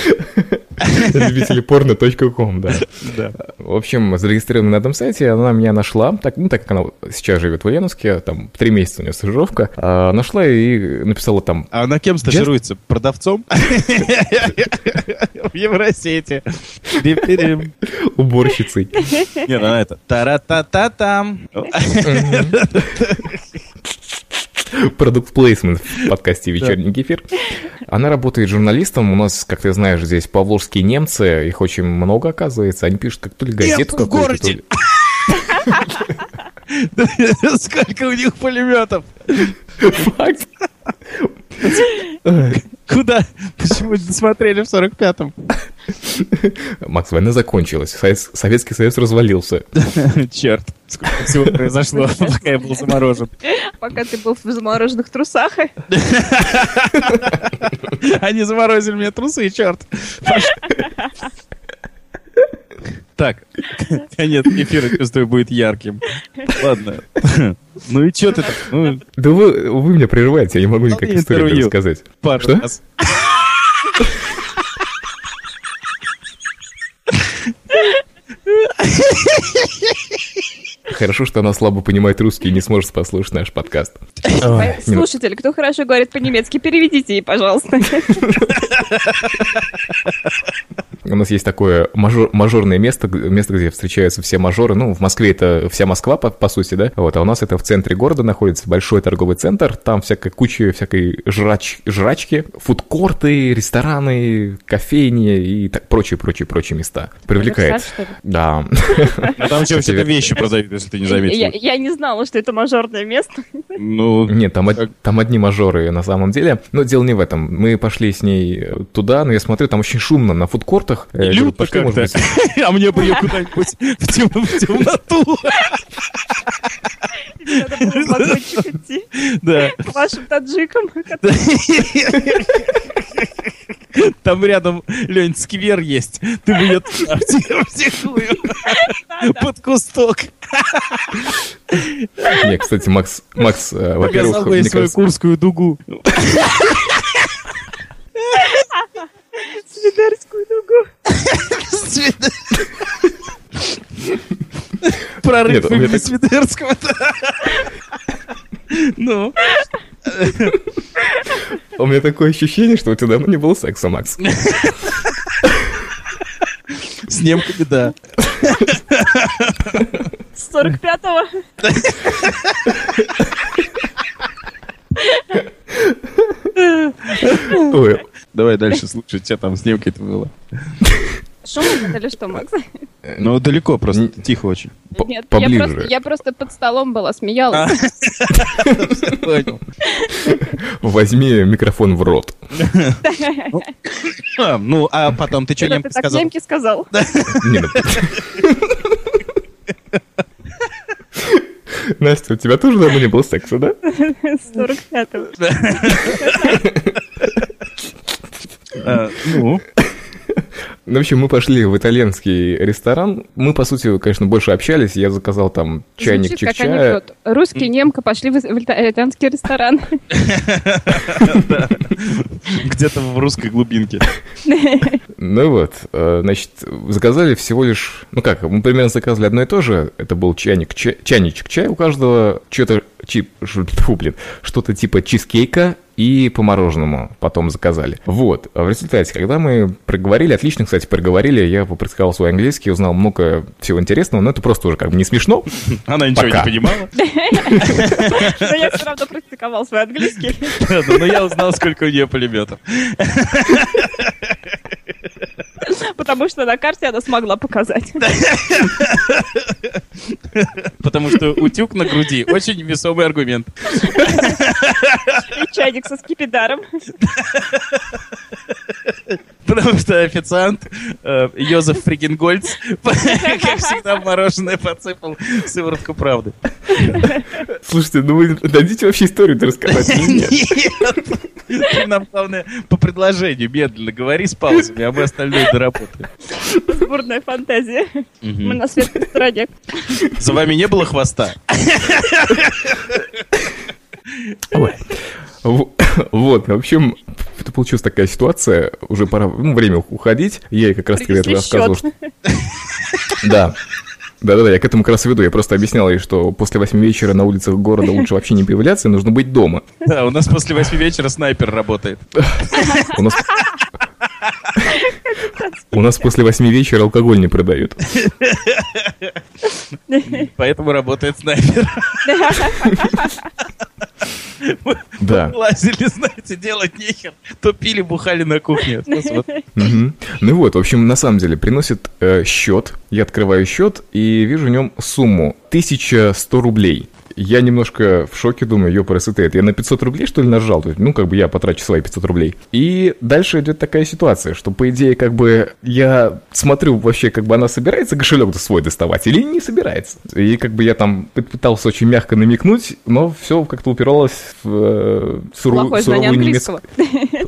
S3: любители порно.ком, да.
S2: Да.
S3: В общем, зарегистрирована на этом сайте, она меня нашла, так, ну, так как она вот сейчас живет в Ульяновске, там три месяца у нее стажировка, а, нашла и написала там,
S2: А она кем стажируется? Продавцом? В Евросете. Пи-пи-рим.
S3: уборщицей.
S2: Нет, она это. Тара-та-та-там.
S3: Продукт плейсмент в подкасте «Вечерний кефир». Она работает журналистом. У нас, как ты знаешь, здесь поволжские немцы. Их очень много, оказывается. Они пишут как то ли газету
S2: Немцев в
S3: какую-то,
S2: городе.
S3: то ли-
S2: Сколько у них пулеметов?
S3: Факт.
S2: Куда? Почему не смотрели в 45-м?
S3: Макс, война закончилась. Союз- Советский Союз развалился.
S2: Черт, сколько всего произошло, пока я был заморожен.
S9: Пока ты был в замороженных трусах.
S2: Они заморозили мне трусы, черт. Так, конец эфира, чувствую, будет ярким. Ладно. Ну и что ты там? Ну,
S3: Да вы, вы меня прерываете, я не могу никак
S2: Ладно,
S3: историю
S2: интервью.
S3: рассказать.
S2: пару
S3: Что?
S2: раз.
S3: Хорошо, что она слабо понимает русский и не сможет послушать наш подкаст.
S9: Э, Слушатель, кто хорошо говорит по-немецки, переведите ей, пожалуйста.
S3: У нас есть такое мажор- мажорное место, г- место, где встречаются все мажоры. Ну, в Москве это вся Москва, по, по сути, да? Вот, а у нас это в центре города находится большой торговый центр. Там всякая куча всякой жрач- жрачки, фудкорты, рестораны, кофейни и так прочие, прочие, прочие места. Привлекает.
S9: Что ли?
S3: Да.
S2: А там еще
S3: Кстати,
S2: все
S3: верно.
S2: вещи продают, если ты не
S9: Я,
S2: заметил.
S9: я не знала, что это мажорное место.
S2: Ну,
S3: Нет, там, од-
S2: Как?
S3: там одни мажоры на самом деле. Но дело не в этом. Мы пошли с ней э, туда, но я смотрю, там очень шумно на фудкортах. Э, Я говорю,
S2: Людно
S3: пошли, может
S2: как-то.
S3: быть,
S2: а мне бы ее куда-нибудь в тем- в темноту.
S9: Надо было в вагончик идти
S2: Да.
S9: к вашим таджикам.
S2: Там рядом, Лень, сквер есть. Ты бы ее туда втихую. Под кусток.
S3: Нет, кстати, Макс, Макс, э,
S2: Показал
S3: во-первых,
S2: бы ей
S3: мне
S2: свою
S3: кажется,
S2: курскую дугу.
S9: Солидарскую дугу.
S2: Прорыв
S3: Нет, у меня
S2: имени
S3: так-
S2: Свидерского. Ну,
S3: У меня такое ощущение, что у тебя давно не было секса, Макс.
S2: с немками, да.
S9: С 45-го.
S3: Ой,
S2: Давай дальше слушай, что там с немкой-то было.
S9: Шумно это или что, Макс?
S2: Ну, далеко просто, тихо очень.
S3: По-
S4: Нет, я
S3: поближе.
S4: просто, я просто под столом была,
S9: А.
S4: смеялась.
S3: Возьми микрофон в рот.
S2: А, Ну, а потом ты что
S9: Когда
S2: немка
S9: ты так
S2: сказал?
S9: немки
S3: ну.
S9: сказал.
S3: Не, ну, Настя, у тебя тоже давно не было секса, да?
S9: 45-го.
S2: Э, Ну,
S3: Ну, В общем, мы пошли в итальянский ресторан. Мы, по сути, конечно, больше общались. Я заказал там чайник
S4: Звучит как
S3: чик-чая.
S4: анекдот. Русский немка пошли в из- в ита- итальянский ресторан.
S2: где-то в русской глубинке.
S3: Ну вот, э, значит, заказали всего лишь... Ну как, мы примерно заказали одно и то же. Это был чайник, чай- чайничек чая у каждого. Что-то чип... ш- Фу, блин. Что-то типа чизкейка и по мороженому потом заказали. Вот. А В результате, когда мы проговорили, отлично, кстати, проговорили, я попрактиковал свой английский, узнал много всего интересного, но это просто уже как бы не смешно.
S2: Она ничего не
S3: Пока.
S2: понимала.
S9: Но я все равно практиковал свой английский.
S2: Но я узнал, сколько у нее пулеметов.
S9: Потому что на карте она смогла показать.
S2: Потому что утюг на груди очень весомый аргумент.
S9: И чайник со скипидаром.
S2: Потому что официант э, Йозеф Фригенгольц, как всегда, в мороженое подсыпал в сыворотку правды.
S3: Слушайте, ну вы дадите вообще историю-то рассказать? или нет?
S2: Нет. Ты нам, главное, по предложению медленно говори с паузами, а мы остальное доработаем.
S9: Бурная фантазия. Мы на светской стороне.
S2: За вами не было хвоста?
S3: В- Вот, в общем, это получилась такая ситуация, уже пора, ну, время уходить, я ей как раз таки
S9: Принесли
S3: рассказывал, что... Да, да-да-да, я к этому как раз и веду, я просто объяснял ей, что после восьми вечера на улицах города лучше вообще не появляться, и нужно быть дома.
S2: Да, у нас после восьми вечера снайпер работает.
S3: У нас... У нас после восьми вечера алкоголь не продают.
S2: Поэтому работает снайпер.
S3: Да.
S2: Лазили, знаете, делать нехер. То пили, бухали на кухне. Сейчас вот.
S3: Мгм. Ну вот, в общем, на самом деле, приносит э, счет. Я открываю счет и вижу в нем сумму 1100 рублей. Я немножко в шоке, думаю, ёпрс это я на 500 рублей, что ли, нажал? То есть, ну, как бы я потрачу свои 500 рублей. И дальше идет такая ситуация, что, по идее, как бы я смотрю вообще, как бы она собирается кошелек свой доставать или не собирается. И как бы я там пытался очень мягко намекнуть, но все как-то упиралось в э, суру-
S4: Плохое знание
S3: суровую немецкую...
S4: английского.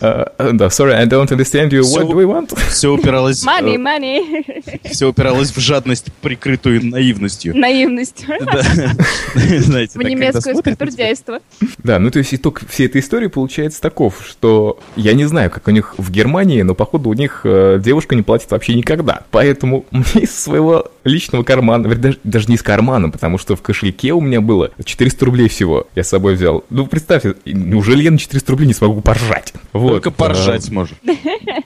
S3: Э, э, Да, sorry, I don't understand you. What
S2: So-
S3: do we want?
S2: Все упиралось,
S3: Э.
S9: Money, money.
S2: все упиралось в жадность, прикрытую наивностью.
S9: Наивность.
S2: Да. Знаете,
S4: В
S2: так, когда
S4: немецкое
S2: смотрят на тебя,
S4: скупердяйство.
S3: Да, ну то есть итог всей этой истории получается таков, что я не знаю, как у них в Германии, но походу у них э, девушка не платит вообще никогда. Поэтому мне из своего личного кармана, вернее, даже, даже не из кармана, потому что в кошельке у меня было 400 рублей всего, я с собой взял. Ну представьте, неужели я на 400 рублей не смогу поржать? Вот,
S2: Только
S3: э,
S2: поржать сможешь.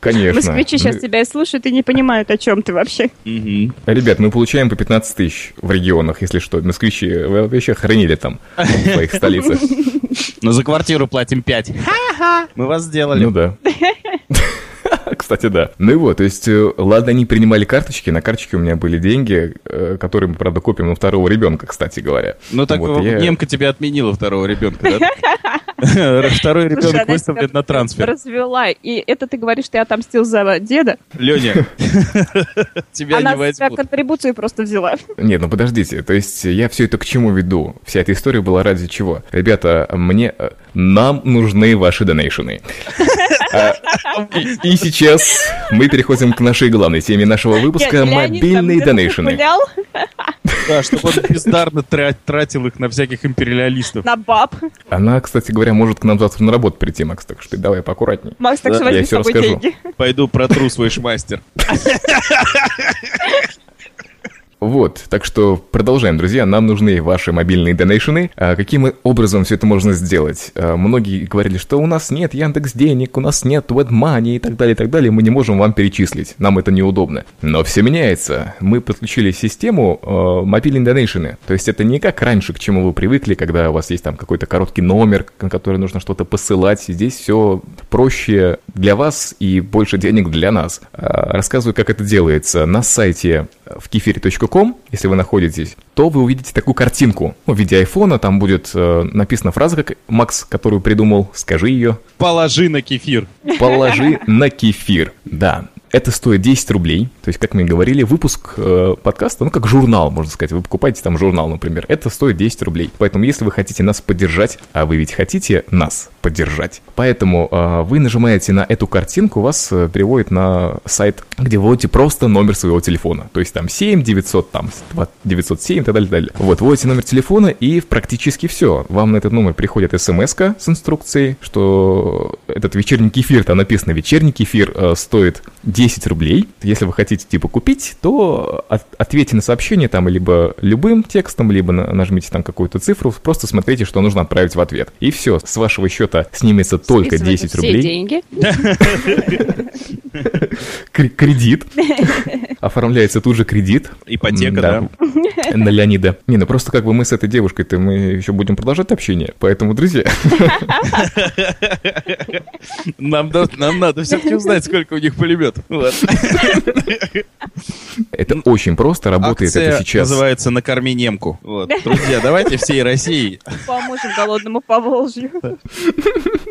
S3: Конечно.
S9: Москвичи сейчас
S3: Ну,
S9: тебя и слушают и не понимают, о чем ты вообще.
S2: Мгм.
S3: Ребят, мы получаем по 15 тысяч в регионах, если что. Москвичи, вы вообще хранили там в своих столицах.
S2: Но за квартиру платим 5. Мы вас сделали.
S3: Ну да. Кстати, да. Ну и вот, то есть, э, ладно, они принимали карточки, на карточке у меня были деньги, э, которые мы, правда, копим на второго ребенка, кстати говоря.
S2: Ну так
S3: Вот, я-
S2: немка тебя отменила второго ребенка, да? Второй
S9: Слушай,
S2: ребенок
S9: она
S2: выставлен
S9: тебя
S2: на трансфер.
S9: Развела. И это ты говоришь, ты отомстил за деда.
S2: Леня, тебя не
S9: Она с тебя
S2: возьмут.
S9: контрибуцию просто взяла.
S3: Нет, ну подождите, то есть я все это к чему веду? Вся эта история была ради чего? Ребята, мне... э, Нам нужны ваши донейшены. А, И и сейчас мы переходим к нашей главной теме нашего выпуска –
S9: Нет, Леонид там
S3: мобильные
S9: где-то
S3: донейшены.
S9: гулял
S2: Да, чтобы он бездарно тра- тратил их на всяких империалистов.
S9: на баб.
S3: Она, кстати говоря, может к нам завтра на работу прийти, Макс, так что ты давай поаккуратней.
S9: Макс, так
S2: Да,
S9: что возьми
S3: я
S9: с
S3: всё
S9: собой
S3: расскажу.
S9: деньги.
S2: Пойду протру свой шмастер.
S3: Вот, так что продолжаем, друзья. Нам нужны ваши мобильные донейшены. А каким образом все это можно сделать? А, Многие говорили, что у нас нет Яндекс денег, у нас нет WebMoney и так далее, и так далее. Мы не можем вам перечислить, нам это неудобно. Но все меняется. Мы подключили систему э, мобильные донейшены. То есть это не как раньше, к чему вы привыкли, когда у вас есть там какой-то короткий номер, на который нужно что-то посылать. Здесь все проще для вас и больше денег для нас. А, Рассказываю, как это делается. На сайте в кефире.ком, если вы находитесь, то вы увидите такую картинку. Ну, в виде айфона там будет э, написана фраза, как Макс, которую придумал, скажи ее.
S2: Положи на кефир.
S3: Положи на кефир. Да. Это стоит 10 рублей, То есть, как мы и говорили, выпуск э, подкаста, ну, как журнал, можно сказать. Вы покупаете там журнал, например. Это стоит 10 рублей. Поэтому, если вы хотите нас поддержать, а вы ведь хотите нас поддержать, поэтому э, вы нажимаете на эту картинку, вас э, переводит на сайт, где вводите просто номер своего телефона. То есть, там 7 900, там 2 907 и так далее, так далее. Вот, вводите номер телефона и практически все. Вам на этот номер приходит смс с инструкцией, что этот вечерний кефир, там написано вечерний кефир э, стоит 10 рублей. Если вы хотите типа купить, то от- ответьте на сообщение там либо любым текстом, либо на- нажмите там какую-то цифру, просто смотрите, что нужно отправить в ответ. И все, с вашего счета снимется только
S4: Списывайте
S3: 10
S4: все
S3: рублей.
S4: деньги.
S3: Кре- кредит. Оформляется тут же кредит.
S2: Ипотека, да.
S3: На Леонида. Не, ну просто как бы мы с этой девушкой-то мы еще будем продолжать общение. Поэтому, друзья,
S2: Нам, да- нам надо все-таки узнать, сколько у них пулеметов. Вот. А
S3: это очень просто, работает это
S2: Акция
S3: сейчас.
S2: называется «Накорми немку». Вот. Друзья, давайте всей России.
S9: Поможем голодному Поволжью.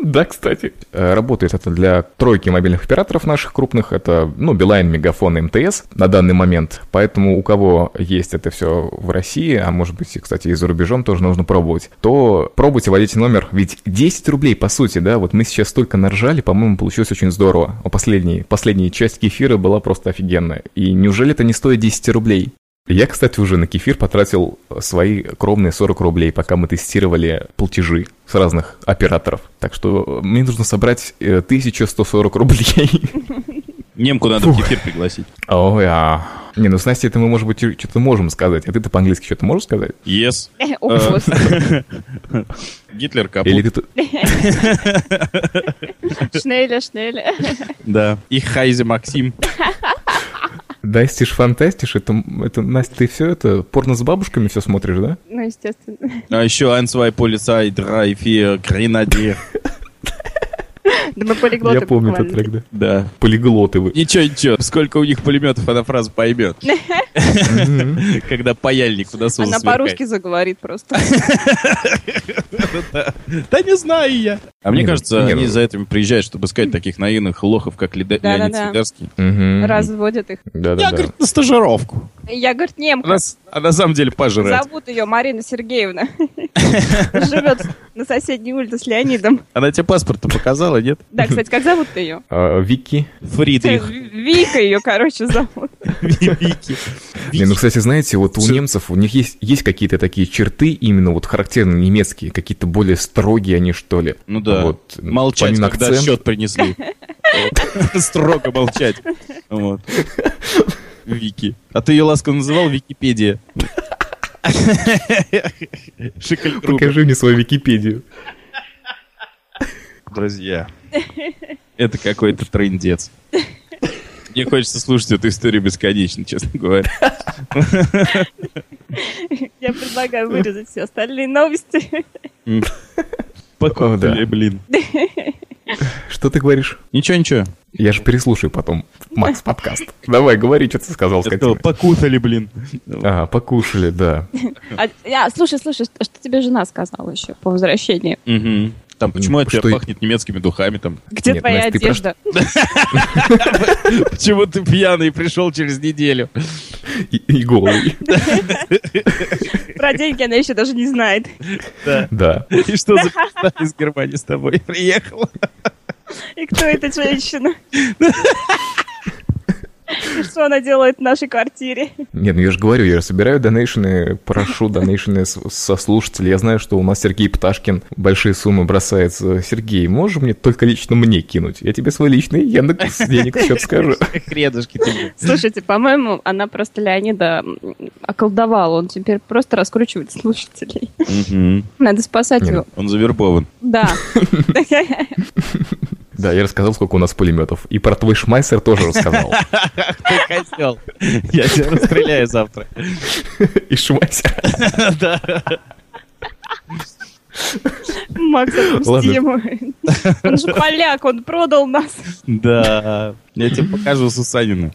S3: Да, кстати. Э, Работает это для тройки мобильных операторов наших крупных. Это, ну, Билайн, Мегафон и МТС на данный момент. Поэтому у кого есть это все в России, а может быть, и, кстати, и за рубежом тоже нужно пробовать, то пробуйте, вводите номер. Ведь 10 рублей, по сути, да, вот мы сейчас только наржали, по-моему, получилось очень здорово. А последний, последняя часть кефира была просто офигенная. И неужели это не стоит 10 рублей? Я, кстати, уже на кефир потратил свои кровные 40 рублей, пока мы тестировали платежи с разных операторов. Так что мне нужно собрать э, 1140 рублей.
S2: Немку надо в кефир пригласить.
S3: Ой, а... Не, ну с Настей это мы, может быть, что-то можем сказать. А ты-то по-английски что-то можешь сказать?
S2: Yes.
S9: Э,
S3: А.
S4: О, господи.
S2: Гитлер капут.
S3: Или ты... тут-
S9: Шнеля, шнеля.
S2: Да. И Хайзе Максим.
S3: Дастиш фантастиш, это, это, Настя, ты все это, порно с бабушками все смотришь, да?
S9: Ну, естественно.
S2: А еще «Ансвай полицай драй фир гренадир».
S9: Да мы полиглоты
S3: Я помню этот
S9: буквально.
S3: трек, да.
S2: Да.
S3: Полиглоты вы.
S2: Ничего, ничего. Сколько у них пулеметов, она фразу поймет. Когда паяльник в носу
S9: Она
S2: засверкает.
S9: по-русски заговорит просто.
S2: Да не знаю я. А мне
S3: Не, ну,
S2: кажется,
S3: не,
S2: они
S3: ну.
S2: за этим приезжают, чтобы искать таких наивных лохов, как Леда-
S9: Да-да-да.
S2: Леонид Свидарский.
S3: Мгм.
S9: Разводят их.
S2: Я,
S3: Да-да-да.
S2: говорит, на стажировку.
S9: Я, говорит, немка.
S2: Она с- а на самом деле пожрать.
S9: Зовут ее Марина Сергеевна. Живет на соседней улице с Леонидом.
S2: Она тебе паспорт-то показала, нет?
S9: Да, кстати, как зовут ее?
S3: А, Вики.
S2: Фридрих.
S9: Вика ее, короче, зовут.
S2: Вики.
S3: Не, ну, кстати, знаете, вот у
S2: Всё.
S3: немцев, у них есть, есть какие-то такие черты, именно вот характерные немецкие, какие-то более строгие они, что ли.
S2: Ну да.
S3: Вот, ну,
S2: Молчать,
S3: помимо
S2: когда
S3: акцента.
S2: счет принесли. Вот. Строго молчать. Вот. Вики. А ты ее ласково называл Википедия. Шикалькруп.
S3: Покажи мне свою Википедию.
S2: друзья. Это какой-то трындец. Мне хочется слушать эту историю бесконечно, честно говоря.
S9: Я предлагаю вырезать все остальные новости.
S3: О, да.
S2: Или, блин.
S3: Что ты говоришь?
S2: Ничего, ничего.
S3: Я же переслушаю потом Макс подкаст. Давай, говори, что ты сказал,
S2: Это
S3: скотина.
S2: покутали, блин.
S3: А, покушали, да.
S4: А, а, слушай, слушай, что, что тебе жена сказала еще по возвращении?
S2: Мгм. Там почему от тебя
S3: Что и-
S2: пахнет немецкими духами там?
S9: Где
S3: Нет,
S9: твоя
S3: Настя, ты про
S9: одежда?
S2: Почему ты пьяный пришел через неделю?
S3: И, и голый.
S9: Про деньги она еще даже не знает.
S3: Да.
S2: И что за пизда из Германии с тобой приехала?
S9: И кто эта женщина? И что она делает в нашей квартире?
S3: Нет, ну я же говорю, я собираю донейшны, прошу донейшны с- со слушателей. Я знаю, что у нас Сергей Пташкин большие суммы бросается. Сергей, можешь мне только лично мне кинуть? Я тебе свой личный Яндекс денег счет скажу.
S2: Хренушки тебе.
S4: Слушайте, по-моему, она просто Леонида м, околдовала. Он теперь просто раскручивает слушателей. Надо спасать
S3: Не, ну.
S4: его.
S2: Он завербован.
S4: Да.
S3: Да, я рассказал, сколько у нас пулеметов. И про твой шмайсер тоже рассказал.
S2: Ты козел. Я тебя расстреляю завтра.
S3: И шмайсер.
S9: Макс,
S3: Ладно.
S9: отпусти ему. Он же поляк, он продал нас.
S2: Да. Я тебе покажу Сусанина.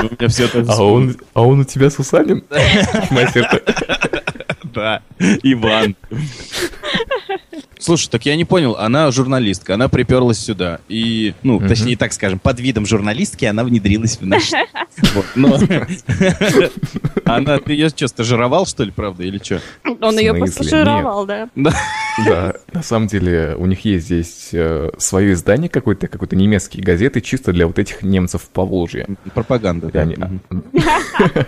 S2: У меня все это
S3: А он, а он у тебя Сусанин? Шмайсер-то.
S2: Да, Иван. Слушай, так я не понял, она журналистка, она приперлась сюда. И, ну,
S3: Мгм.
S2: точнее, так скажем, под видом журналистки она внедрилась в наш... Вот, но... Она, ты ее что, стажировал, что ли, правда, или что?
S9: Он ее
S3: смысле?
S9: пассажировал, да.
S3: Да, на самом деле у них есть здесь э, свое издание какое-то, какой-то немецкие газеты, чисто для вот этих немцев Поволжья.
S2: Пропаганда.
S3: И
S2: да.
S3: они-
S2: Мгм.
S3: а,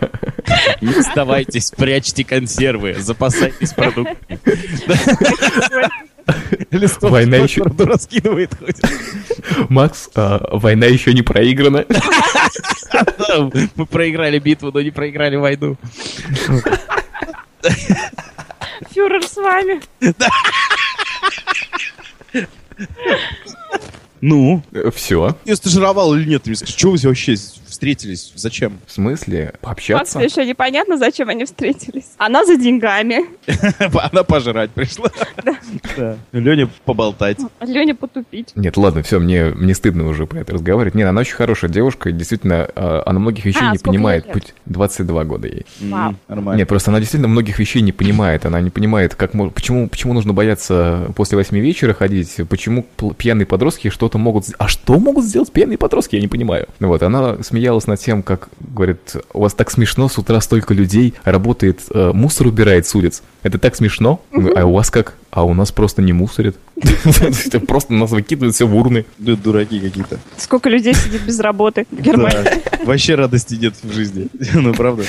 S2: Не сдавайтесь, прячьте консервы, запасайтесь продуктами. Листов
S3: Война
S2: по
S3: еще-
S2: городу раскидывает хоть.
S3: Макс, а, война еще не проиграна.
S2: Да, Мы проиграли битву, но не проиграли войну.
S9: Фюрер с вами.
S2: Ну?
S3: Все.
S2: Я стажировал или нет? Ты мне скажи, что вы здесь вообще встретились? Зачем?
S3: В смысле?
S9: Макс,
S3: Пообщаться?
S9: еще непонятно, зачем они встретились. Она за деньгами.
S2: Она пожрать пришла. Да. Леня поболтать.
S9: Леня потупить.
S3: Нет, ладно, все, мне, мне стыдно уже про это разговаривать. Нет, она очень хорошая девушка, и действительно, э, она многих вещей
S9: А,
S3: не
S9: сколько ей
S3: понимает.
S9: лет?
S3: Путь 22 года ей.
S9: Вау.
S2: М, Нормально.
S3: Нет, просто она действительно многих вещей не понимает. Она не понимает, как мо- почему, почему нужно бояться после восьми вечера ходить, почему пл- пьяные подростки что-то могут... с- А что могут сделать пьяные подростки, я не понимаю. Ну Вот, она смеялась над тем, как, говорит, у вас так смешно, с утра столько людей работает, э, мусор убирает с улиц. Это так смешно. Говорю, А у вас как? А у нас просто не мусорит. Просто нас выкидывают все в урны.
S2: Д- Дураки какие-то.
S9: Сколько людей сидит без работы в Германии.
S2: Да. Вообще радости нет в жизни. Ну, правда.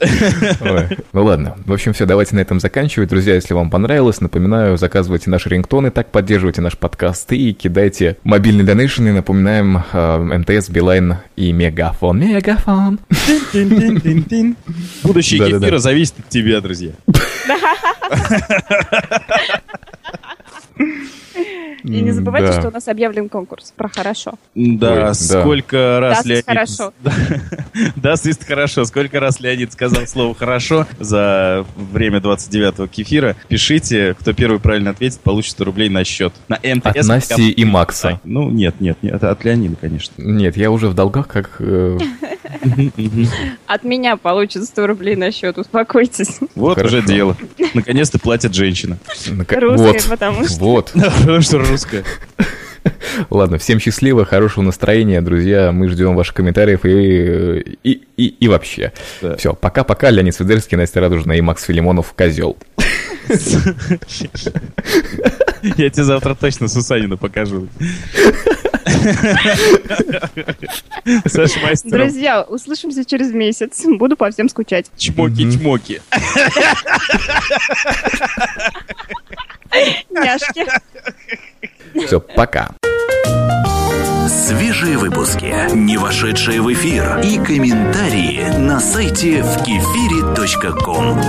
S3: Ой. Ну ладно. В общем, все, давайте на этом заканчивать. Друзья, если вам понравилось, напоминаю, заказывайте наши рингтоны, так поддерживайте наш подкаст и кидайте мобильные донейшены. Напоминаем, э, МТС, Билайн и Мегафон. Мегафон!
S2: Тин-тин-тин-тин. Будущее
S3: Да-да-да.
S2: кефира зависит от тебя, друзья.
S9: И не
S3: Да.
S9: забывайте, что у нас объявлен конкурс про хорошо.
S2: Да,
S3: да.
S2: сколько раз
S9: Даст
S2: Леонид...
S9: хорошо.
S2: Да, свист хорошо. Сколько раз Леонид сказал слово «хорошо» за время 29-го кефира. Пишите, кто первый правильно ответит, получит 100 рублей на счет. На
S3: От
S2: МТС.
S3: Насти и Макса.
S2: Ну, нет, нет, нет, это от Леонида, конечно.
S3: Нет, я уже в долгах, как... э,
S9: От меня получится 100 рублей на счет, успокойтесь.
S2: Вот
S3: Хорошо.
S2: уже дело. Наконец-то платит женщина.
S3: нака-
S9: Русская,
S3: вот.
S9: потому что-
S3: Вот.
S2: Потому что русская.
S3: Ладно, всем счастливо, хорошего настроения, друзья. Мы ждем ваших комментариев и, э, и, и, и вообще.
S2: Да.
S3: Все, пока-пока. Леонид Свидерский, Настя Радужина и Макс Филимонов, козел.
S2: Я тебе завтра точно Сусанину покажу. Саша Майстеров.
S9: Друзья, услышимся через месяц. Буду по всем скучать.
S2: Чмоки-чмоки.
S9: Няшки.
S3: Все, пока.
S5: Свежие выпуски, не вошедшие в эфир и комментарии на сайте в кефире.ком.